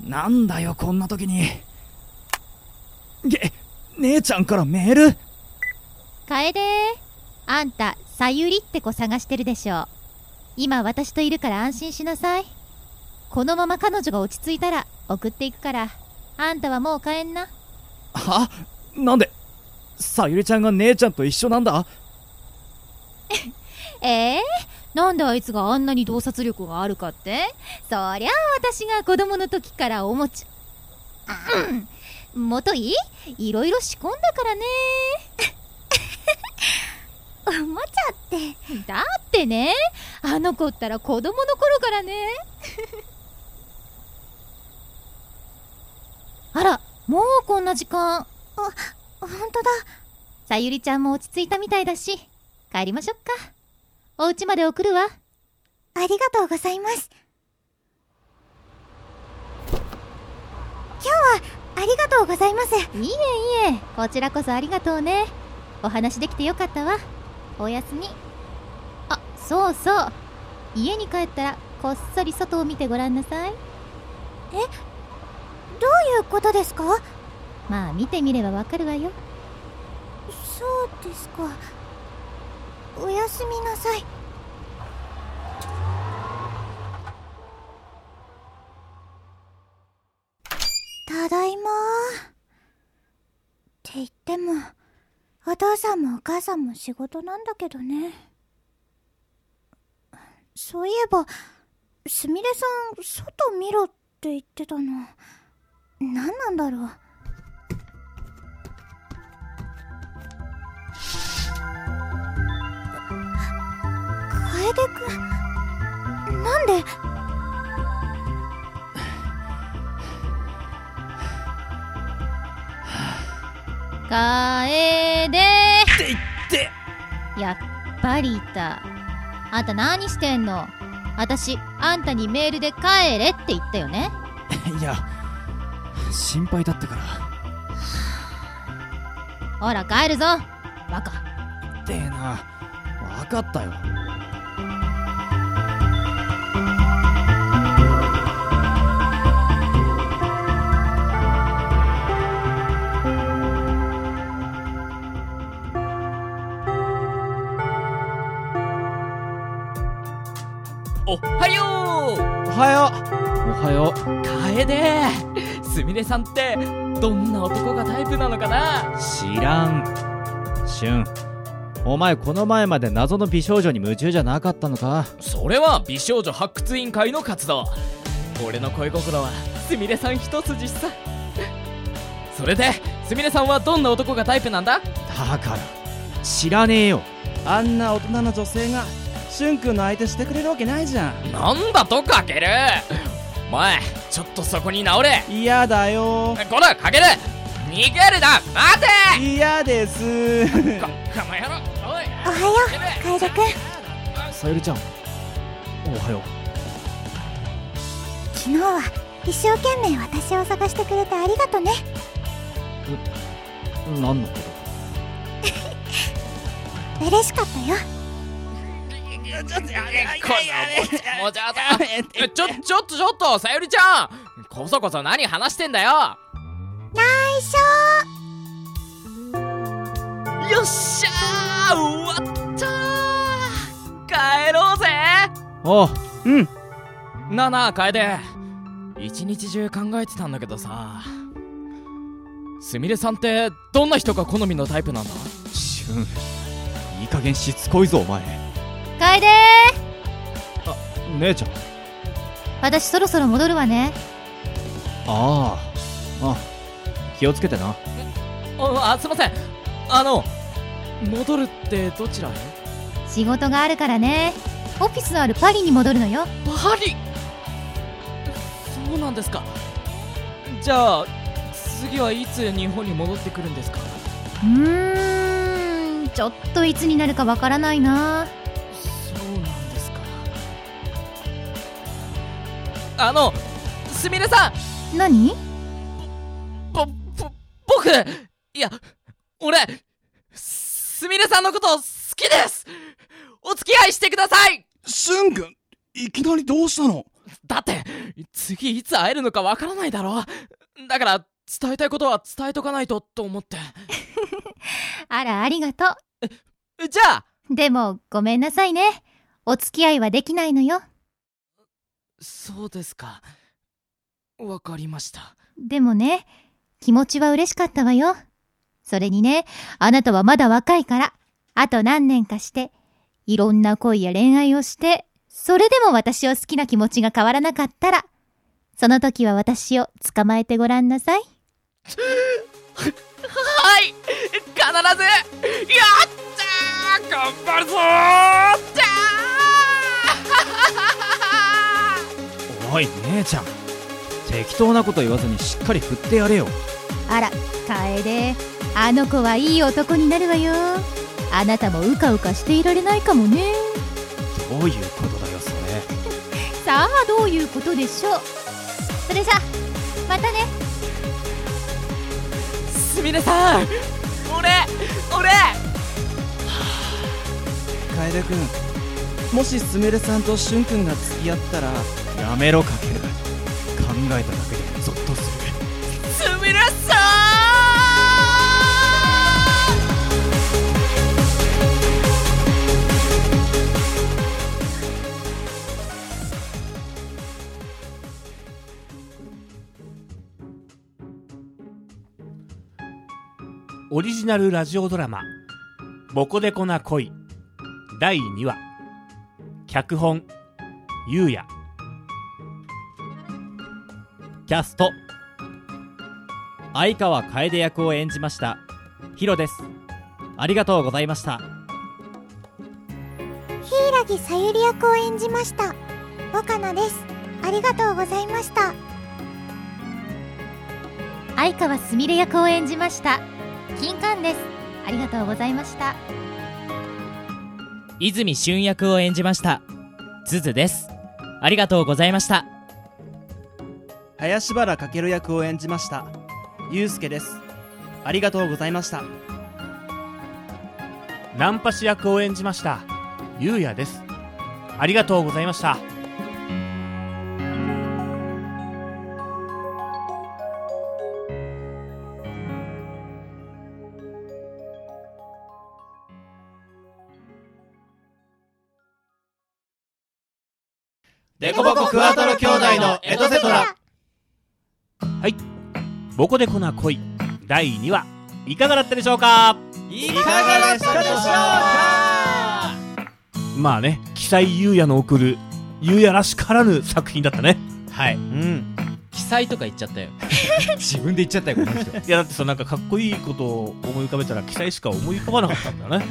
S8: なんだよこんな時にげ姉ちゃんからメール
S7: 楓、あんた、さゆりって子探してるでしょ。今私といるから安心しなさい。このまま彼女が落ち着いたら送っていくから、あんたはもう帰んな。
S8: はなんでさゆりちゃんが姉ちゃんと一緒なんだ
S7: ええなんであいつがあんなに洞察力があるかってそりゃあ私が子供の時からおもちゃ、うん、元いいろいろ仕込んだからね
S6: おもちゃって、
S7: だってねあの子ったら子供の頃からね あらもうこんな時間
S6: ほんとだ。
S7: さゆりちゃんも落ち着いたみたいだし帰りましょっかお家まで送るわ
S6: ありがとうございます。今日は、ありがとうございます。
S7: いえいえこちらこそありがとうねお話できてよかったわおやすみあそうそう家に帰ったらこっそり外を見てごらんなさい
S6: どういうことですか
S7: まあ見てみればわかるわよ
S6: そうですかおやすみなさいただいまって言ってもお父さんもお母さんも仕事なんだけどねそういえばすみれさん外見ろって言ってたの何なんだろう楓くんなんで
S7: かえでって言ってやっぱりいたあんた何してんの私あんたにメールで帰れって言ったよね
S8: いや心配だったから
S7: ほら帰るぞバカ
S8: でえな分かったよ
S5: おはよ
S8: おはようおはよ
S5: う楓すみれさんってどんな男がタイプなのかな
S8: う知らんしゅんお前この前まで謎の美少女に夢中じゃなかったのか
S5: それは美少女発掘委員会の活動俺の恋心はすみれさん一筋さそれですみれさんはどんな男がタイプなんだ
S8: だから知らねえよ
S1: あんな大人の女性がしゅんくんの相手してくれるわけないじゃ
S5: なんだとかけるお前ちょっとそこに直れ
S1: ん嫌だよ
S5: こらかける逃げるな待て
S1: 嫌です
S5: ここの野郎おい
S6: おはよう楓くん
S8: さゆりちゃんおはよ
S6: 昨日は一生懸命私を探してくれてありがとね
S8: う何のこと
S6: 嬉しかったよ
S5: もうちょっとえちょちょっとちょっとさゆりちゃんこそこそ何話してんだよ
S6: 内緒
S5: よっしゃー終わったー帰ろうぜ
S8: おう
S5: なあなあ楓一日中考えてたんだけどさすみれさんってどんな人が好みのタイプなんだ
S8: しゅんいい加減しつこいぞお前
S7: 楓
S8: 姉ちゃん
S7: 私そろそろ戻るわね
S8: あああ気をつけてな
S5: ああすいませんあの戻るってどちらへ
S7: 仕事があるからねオフィスのあるパリに戻るのよ
S5: パリそうなんですかじゃあ次はいつ日本に戻ってくるんですか
S7: うーんちょっといつになるかわからないな
S5: そうなんですかあのすみれさん
S7: 何
S5: ぼ、ぼ、僕いや、俺、すみれさんのこと好きですお付き合いしてください
S1: しゅんくんいきなりどうしたの
S5: だって、次いつ会えるのかわからないだろだから、伝えたいことは伝えとかないとと思って。
S7: あらありがと
S5: じゃあ、
S7: うでもごめんなさいねお付き合いはできないのよ
S5: そうですか。わかりました。
S7: でもね、気持ちは嬉しかったわよ。それにね、あなたはまだ若いから、あと何年かして、いろんな恋や恋愛をして、それでも私を好きな気持ちが変わらなかったら、その時は私を捕まえてごらんなさい。
S5: はい必ずやったー頑張るぞーじゃー
S8: おい姉ちゃん適当なこと言わずにしっかり振ってやれよ
S7: あら、楓、あの子はいい男になるわよ。あなたもうかうかしていられないかもね。
S8: どういうことだよそれ
S7: さあ、どういうことでしょう。それじゃ、またね。
S5: すみれさん俺俺
S1: 楓くんもしすみれさんとしゅんくんが付き合ったら
S8: やめろかける考えただけでゾッとする
S5: すみれさん
S4: オリジナルラジオドラマ「ボコデコな恋」第2話脚本ゆうや
S9: キャスト相川楓役を演じましたヒロですありがとうございました
S6: 柊さゆり役を演じました若菜ですありがとうございました
S7: 相川すみれ役を演じました金冠ですありがとうございました
S5: 泉俊役を演じましたズズですありがとうございました
S1: 林原かける役を演じましたゆうすけですありがとうございました
S4: ナンパ師役を演じましたゆうやですありがとうございました
S6: デコボコクワトロ兄弟のエトセトラ
S4: ボコデコな恋第2話いかがだったでしょうか
S5: い
S1: かがでしたでしょうか
S4: まあね記載ゆうやの送るゆうやらしからぬ作品だったね
S5: はい
S1: うん
S5: 記載とか言っちゃったよ
S8: 自分で言っちゃったよこの人
S4: いやだってさなんかかっこいいことを思い浮かべたら記載しか思い浮かばなかったんだね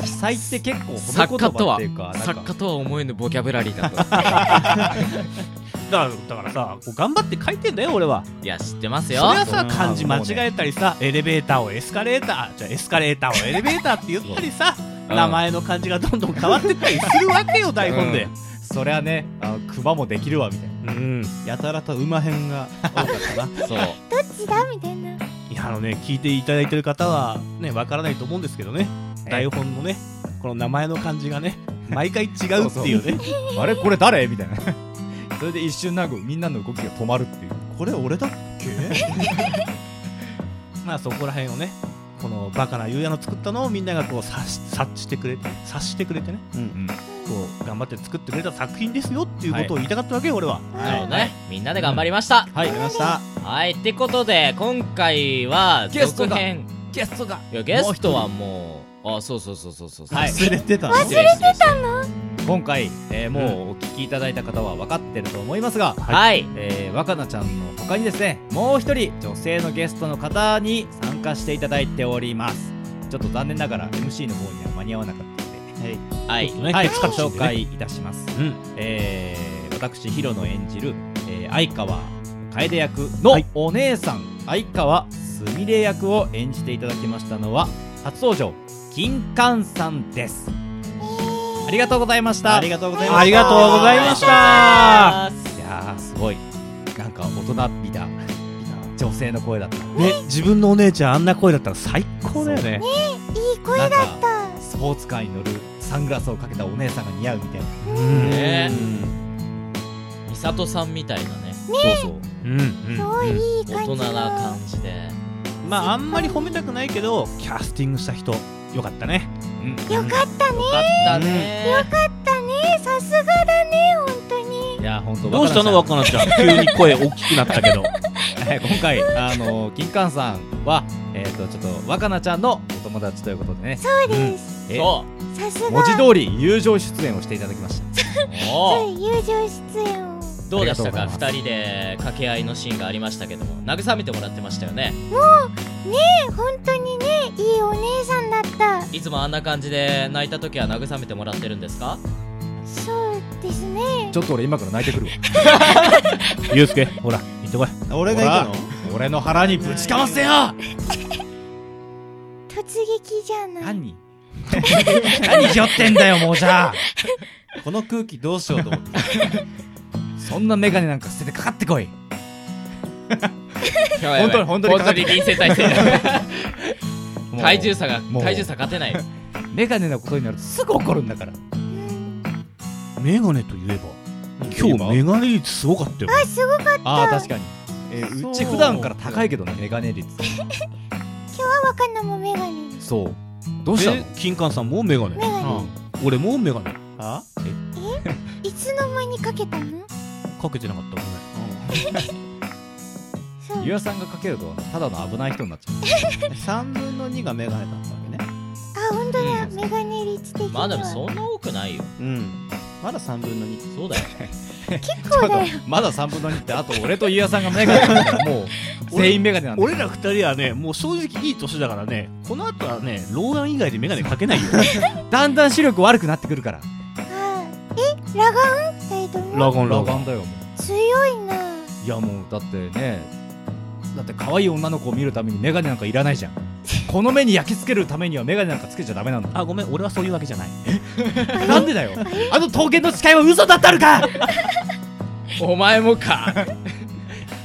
S8: 記載って結構褒
S5: 作
S8: め
S5: 家
S8: 言
S5: と
S8: 葉っ
S5: は
S8: ていうかなん
S5: 作
S8: か
S5: 家とは思えぬボキャブラリーだと
S4: だからだからさこう頑張って書いてんだよ俺はい
S5: や知ってます
S4: それ
S5: よ
S4: はさ
S8: うん
S4: 漢字間違えたりさエレベーターをエスカレーターじゃあエスカレーターをエレベーターって言ったりさ
S5: うん
S4: 名前の漢字がどんどん変わってったりするわけよ台本で
S8: そりゃねあの熊もできるわみたい
S4: うん
S1: やたらと馬編が多かったな
S5: そう
S6: どっちだみたいない
S4: やあのね聞いていただいてる方はねわからないと思うんですけどね台本のねこの名前の漢字がね毎回違うっていうね
S8: なあれこれ誰みたいなそれで一瞬なんかみんなの動きが止まるっていう
S1: これ俺だっ け
S4: まあそこら辺をねこのバカなゆうやの作ったのをみんながこう察し察してくれて察してくれてね
S8: うん
S4: こう頑張って作ってくれた作品ですよっていうことを言いたかったわけよ、俺は
S5: なるほどねみんなで頑張りました
S8: はいありました
S5: はいってことで今回は続編
S10: ゲストが
S5: いやゲストはもうあそうそうそうそうそうそう
S8: はい
S1: 忘れてたの
S5: 忘れてたの
S8: 今回、えーもうお聞きいただいた方は分かってると思いますが、
S5: はい
S8: えー若菜ちゃんの他にですねもう一人女性のゲストの方に参加していただいておりますちょっと残念ながら MC の方には間に合わなかったので、
S5: はい
S4: ね
S8: はい、
S4: ちょっと
S8: 紹介いたし ます、
S4: うん
S8: えー私ヒロの演じる、えー相川楓役の
S4: はい
S8: お姉さん、相川すみれ役を演じていただきましたのは初登場金冠さんですありがとうございました
S1: ありがとうございます
S4: ありがとうございました
S5: あー
S8: いやーすごいなんか大人びた女性の声だった
S4: ね自分のお姉ちゃんあんな声だったら最高だよね
S6: いい声だ
S8: な
S6: っ
S8: んか
S6: た
S8: スポーツカーに乗るサングラスをかけたお姉さんが似合うみたいな
S4: うん
S5: ね美里さんみたいなね
S8: そうそう
S4: うんうん
S6: すごいいい
S5: 大
S6: 感
S5: 人
S6: じ
S5: な
S6: の
S5: 感じで
S4: まああんまり褒めたくないけどキャスティングした人よかった ね
S6: よかったね
S5: よかったね
S6: よかったねさすがだね本当に
S8: いや本当
S4: どうしたの若菜ちゃん急に声大きくなったけど
S8: 今回あの金冠さんはえっ、とちょっと若菜ちゃんのお友達ということでね
S6: そうです、
S8: え
S5: そ
S6: さすが
S8: 文字通り友情出演をしていただきました
S5: うおー
S6: 友情出演を
S5: どうでした
S8: あ
S5: か
S8: りがとうご
S5: 2人で掛け合いのシーンがありましたけども慰めてもらってましたよね
S6: ね本当にねいいお姉さんだった
S5: いつもあんな感じで泣いた時は慰めてもらってるんですか
S6: そうですね
S8: ちょっと俺今から泣いてくる わ
S4: ゆうすけほら行ってこい
S1: 俺が行くの
S8: 俺の腹にぶちかませよ
S6: 突撃じゃない
S8: 何 何ひよってんだよもうじゃあ
S1: この空気どうしようと思って
S8: そんなメガネなんか捨ててかかってこい
S5: 本
S8: 当に本当に
S5: 本当に臨戦態勢
S8: もう
S5: 体重差が
S8: もう
S5: 体重差勝てない
S8: メガネのことになるとすぐ怒るんだから
S4: メガネといえば今日メガネ率すごかったよ
S6: あすごかった
S8: ああ確かに、え
S1: そう
S8: ーうち普段から高いけどねメガネ率
S6: 若菜もメガネ
S8: そうどうしたの
S4: え金冠さんもうメガネ
S6: メガネ
S4: 俺もうメガネ
S1: あ
S6: いつの間にかけたの
S4: かけてなかったもんね
S6: そう
S8: ゆうやさんがかけるとただの危ない人になっちゃ
S3: 3分の2がメガネだったわけね
S6: あ本当だ、メガネ率的に
S5: ま
S6: は
S5: あでもそんな多くない よ
S3: うんまだ3分の2
S5: そうだよ
S6: 結
S8: う
S6: 構だよ
S8: ちょっとまだ3分の2ってあと 俺とゆうやさんがメガネもう全員メガネなんだ
S4: 俺ら二人はねもう正直いい年だからねこの後はね老眼以外で眼鏡かけないよ
S8: だんだん視力悪くなってくるから
S6: あえラガン2人とも
S4: 老眼老
S8: 老
S4: 眼
S8: 眼だよも
S6: 強いな
S8: ういやもうだってねだって可愛い女の子を見るためにメガネなんかいらないじゃんこの目に焼き付けるためにはメガネなんかつけちゃダメなんだ
S4: あごめん俺はそういうわけじゃない
S8: なんでだよあの刀剣の誓いは嘘だったのか
S5: お前もか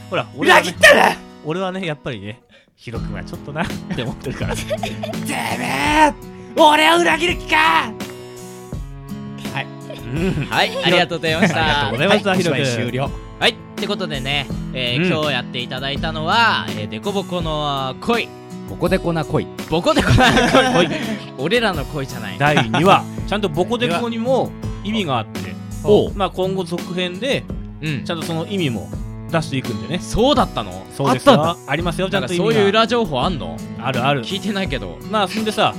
S4: ほら俺は
S8: 裏
S4: ね
S8: 切ったな
S4: 俺はねやっぱりねひろくんはちょっとなって思ってるから
S8: てめえ俺を裏切る気か
S4: うん
S5: はいありがとうございまし
S4: あ
S5: た
S4: りがとうございました、ひろくん
S8: 終了
S5: はいってことでね、えー
S4: うん
S5: 今日やっていただいたのは「えーデコボコの恋
S8: ここでこな恋」
S5: ボコデコな 恋俺らの恋じゃない
S4: 第2話ちゃんとボコデコにも意味があって
S5: おう
S4: まあ今後続編で
S5: うん
S4: ちゃんとその意味も出していくんでね
S5: そうだったの
S4: そうですよ
S8: あった
S4: ありますよち
S5: な
S4: ゃ
S5: ん
S4: ん
S5: か
S4: と
S5: そういう
S4: 意味が
S5: 裏情報あんの
S4: あるある
S5: 聞いてないけど
S4: まあそんでさ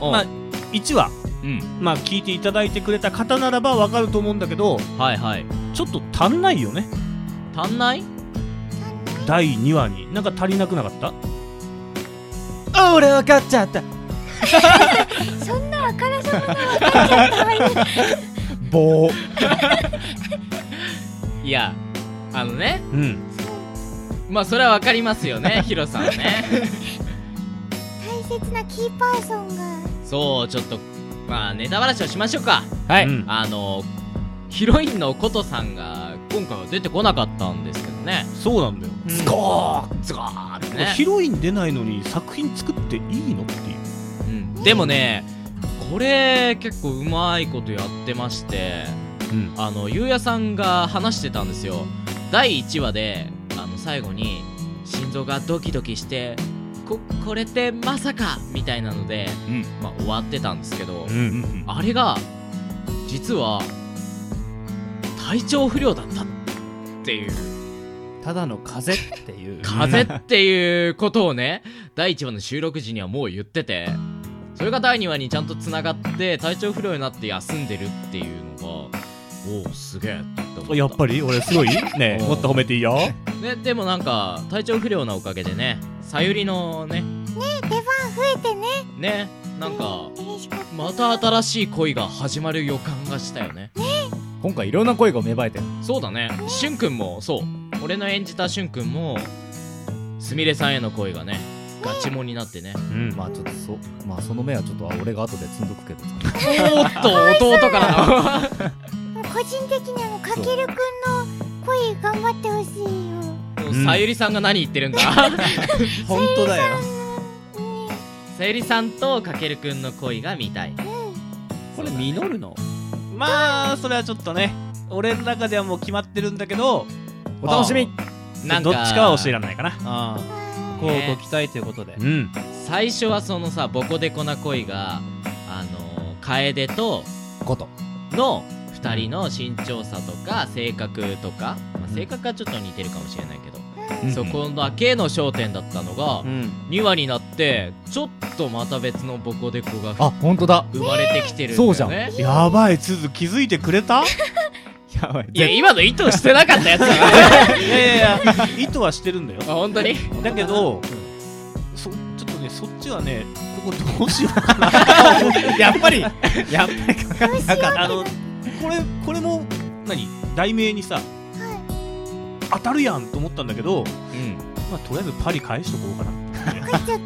S5: うん
S4: まあ1話
S5: うん
S4: まあ聞いていただいてくれた方ならばわかると思うんだけど
S5: はいはい
S4: ちょっと足んないよね
S5: 足んない
S4: 第2話になんか足りなくなかった
S8: 俺分かっちゃった
S6: そんなわからさまない
S8: 棒
S5: いやあのね
S4: うん
S5: まあそれはわかりますよねヒロさんね
S6: 大切なキーパーソンが
S5: そうちょっとまあネタバラシをしましょうか
S8: はい
S4: うん
S5: あのヒロインのコトさんが今回は出てこなかったんですけどね
S4: そうなんだよ
S5: スコーズコーってね
S4: ヒロイン出ないのに作品作っていいのっていう
S5: うんでもねこれ結構うまいことやってまして、
S4: うん
S5: あのゆうやさんが話してたんですよ第1話であの最後に心臓がドキドキしてここれってまさかみたいなので、
S8: うん
S5: まあ、終わってたんですけど、
S4: うん
S5: あれが実は体調不良だったっていう
S3: ただの風邪っていう
S5: 風邪っていうことをね第1話の収録時にはもう言っててそれが第2話にちゃんとつながって体調不良になって休んでるっていうのがおおすげえって思った
S4: やっぱり俺すごいねえ
S5: うん
S4: もっと褒めていいよ
S5: ね、でもなんか体調不良なおかげでねさゆりのね
S6: 出番増えてね
S5: ねなんか
S6: 嬉しかった
S5: また新しい恋が始まる予感がしたよね
S8: 今回いろんな恋が芽生えてる
S5: そうだねしゅんくんもそう俺の演じたしゅんくんもすみれさんへの恋がねガチモンになってね
S4: うん
S8: まあちょっとそ,、まあ、その目はちょっと俺が後で積んどくけどさ
S5: おっと弟からの
S6: もう個人的にあのかけるくんの恋頑張ってほしいよ
S4: ん
S5: さゆりさんが何言ってるんだ
S3: 本当だよ
S5: さゆりさんとかけるくんの恋が見たい
S4: これ実るのまあそれはちょっとね俺の中ではもう決まってるんだけど
S8: お楽しみ
S5: なんか
S4: どっちかは教えられないかな
S3: ああ
S5: こ
S3: こ
S5: う
S3: う
S5: ご
S3: ご期待ということで
S4: うん
S5: 最初はそのさボコデコな恋があの楓と
S8: こと
S5: の2人の身長差とか性格とか、まあ性格はちょっと似てるかもしれないけど、そこだけの焦点だったのが、
S3: うん
S5: 2話になってちょっとまた別のボコデコが
S8: あ本当だ
S5: 生まれてきてるんだ
S8: そ
S5: よ
S8: うじゃん
S5: ね
S4: やばい鈴気づいてくれた
S8: やばい
S5: いや今の意図してなかったやつだね
S4: いやいやいや意図はしてるんだよ
S5: あ本当に
S4: だけど、そちょっとねそっちはねここどうしようかな
S8: やっぱりやっぱりかかんなかっ
S4: あのこれこれも何題名にさ、当たるやんと思ったんだけど、まあ、とりあえずパリ返しとこうかな
S6: 帰っちゃっ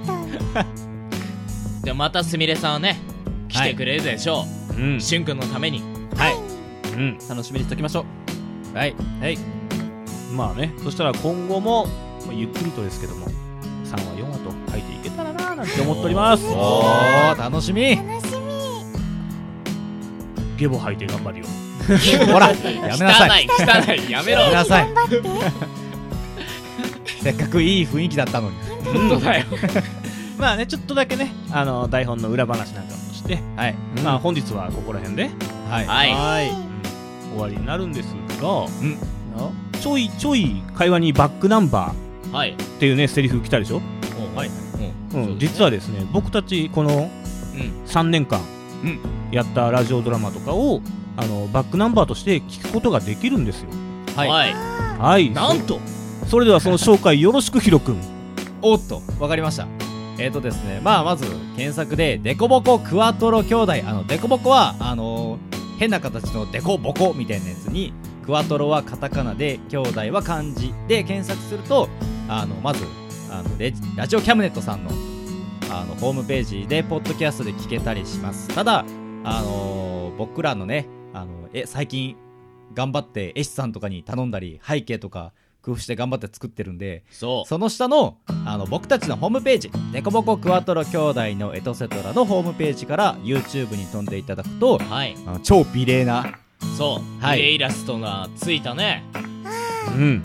S6: た
S5: でまたすみれさんはね来てくれるでしょ
S4: うん
S5: う、しゅんくんのために
S4: うん
S3: 楽しみにしておきましょう
S5: はい
S4: まあねそしたら今後も、まあ、ゆっくりとですけども3話4話と書いていけたらなーなんて思っております
S8: たおー楽し み
S6: 楽しみ
S4: ゲボ吐いて頑張るよ
S8: ほらやめなさい
S5: 汚い汚いやめろ
S8: やめなさい
S6: 頑張って
S8: せっかくいい雰囲気だったのに
S5: 本当だよ
S4: まあねちょっとだけねあの台本の裏話なんかもして、
S8: はい
S4: まあ本日はここら辺で、
S8: はい
S5: はい
S3: はい
S4: 終わりになるんですが、ちょいちょい会話にバックナンバー
S5: はい
S4: っていうねセリフ来たでしょ、
S5: はい
S4: うん、実はですね僕たちこの
S5: ん
S4: 3年間
S5: うん
S4: やったラジオドラマとかをあのバックナンバーとして聞くことができるんですよ
S5: はい、はい、
S4: はい
S5: なんと
S4: そそれではその紹介よろしくヒロ君
S8: おっとわかりましたえっ、ー、とですねまあまず検索で「デコボコクワトロ兄弟」あのデコボコはあのー変な形のデコボコみたいなやつにクワトロはカタカナで兄弟は漢字で検索するとあのまずあのレジラジオキャムネットさんのあのホームページでポッドキャストで聞けたりしますただあのー僕らのねあのえ最近頑張って絵師さんとかに頼んだり背景とか工夫して頑張って作ってるんで
S5: そう
S8: その下のあの僕たちのホームページ「デコボコクワトロ兄弟のエトセトラ」のホームページから YouTube に飛んでいただくと
S5: はい
S8: あの超美麗な
S5: そう、
S8: はい
S5: レイラストがついたね、
S4: うん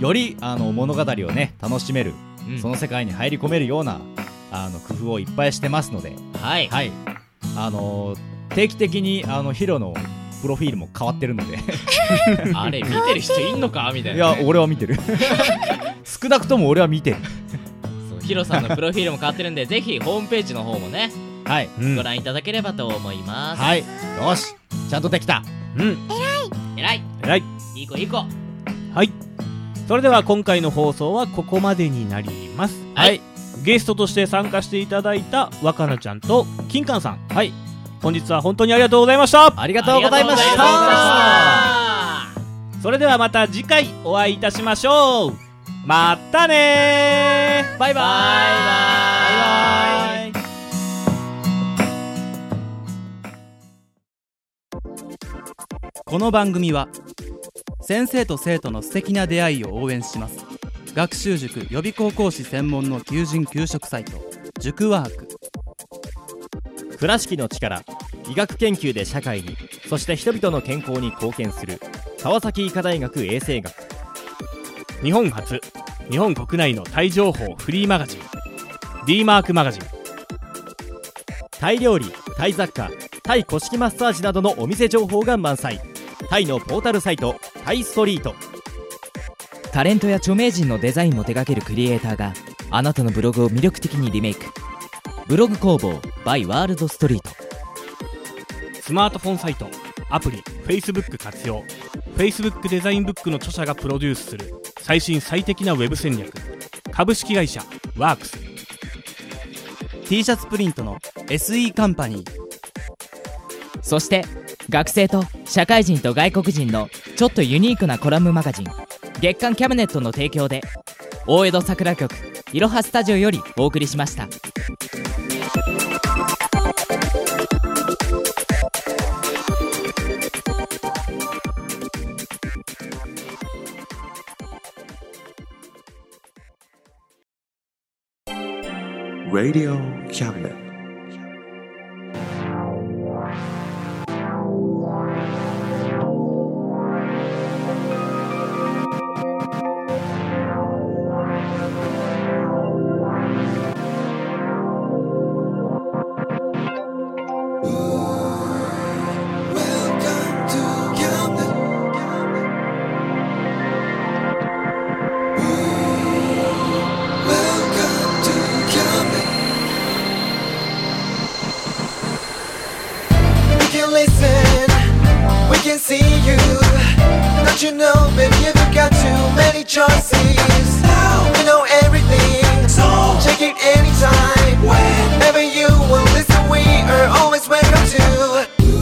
S8: よりあの物語をね楽しめる、
S5: うん
S8: その世界に入り込めるようなあの工夫をいっぱいしてますので、
S5: はい
S8: はい、あの定期的にあのヒロのプロフィールも変わってるので
S5: あれ見てる人いんのかみたい
S8: い
S5: な、
S8: や
S5: ね、
S8: 俺は見てる 少なくとも俺は見てる
S5: そうヒロさんのプロフィールも変わってるんでぜひホームページの方もね
S8: はい、
S4: うん
S5: ご覧いただければと思います、
S8: はい、よしちゃんとできた
S4: うん
S5: えらい
S4: 偉い
S5: いい子いい子
S4: はいそれでは今回の放送はここまでになります
S5: はい
S4: ゲストとして参加していただいた若菜ちゃんと金柑さん
S8: はい
S4: 本日は本当にありがとうございました
S8: ありがとうございま
S5: あ
S8: し
S5: りがとうござい
S8: た
S5: ました
S4: それではまた次回お会いいたしましょうまたねーバイバイ
S5: バイバイ
S4: イバイ
S1: この番組は先生と生徒の素敵な出会いを応援します学習塾予備高校師専門の求人・求職サイト塾ワーク
S3: 倉敷の力医学研究で社会にそして人々の健康に貢献する川崎医科大学衛生学
S4: 日本初日本国内のタイ情報フリーマガジン D マークマガジン
S3: タイ料理タイ雑貨タイ古式マッサージなどのお店情報が満載タイのポータルサイトタイストリート
S2: タレントや著名人のデザインも手掛けるクリエイターがあなたのブログを魅力的にリメイクブログ工房 by ワールドストリート
S4: スマートフォンサイトアプリ Facebook 活用 Facebook デザインブックの著者がプロデュースする最新最適なウェブ戦略株式会社ワークス
S1: T シャツプリントの SE カンパニー
S2: そして学生と社会人と外国人のちょっとユニークなコラムマガジン月刊キャムネットの提供で大江戸桜局いろはスタジオよりお送りしました。
S11: Radio Cabinet.
S12: We can listen, we can see you. Don't you know, baby, you've got too many choices. Now we know everything, so check it anytime. Whenever you will listen, we are always welcome to.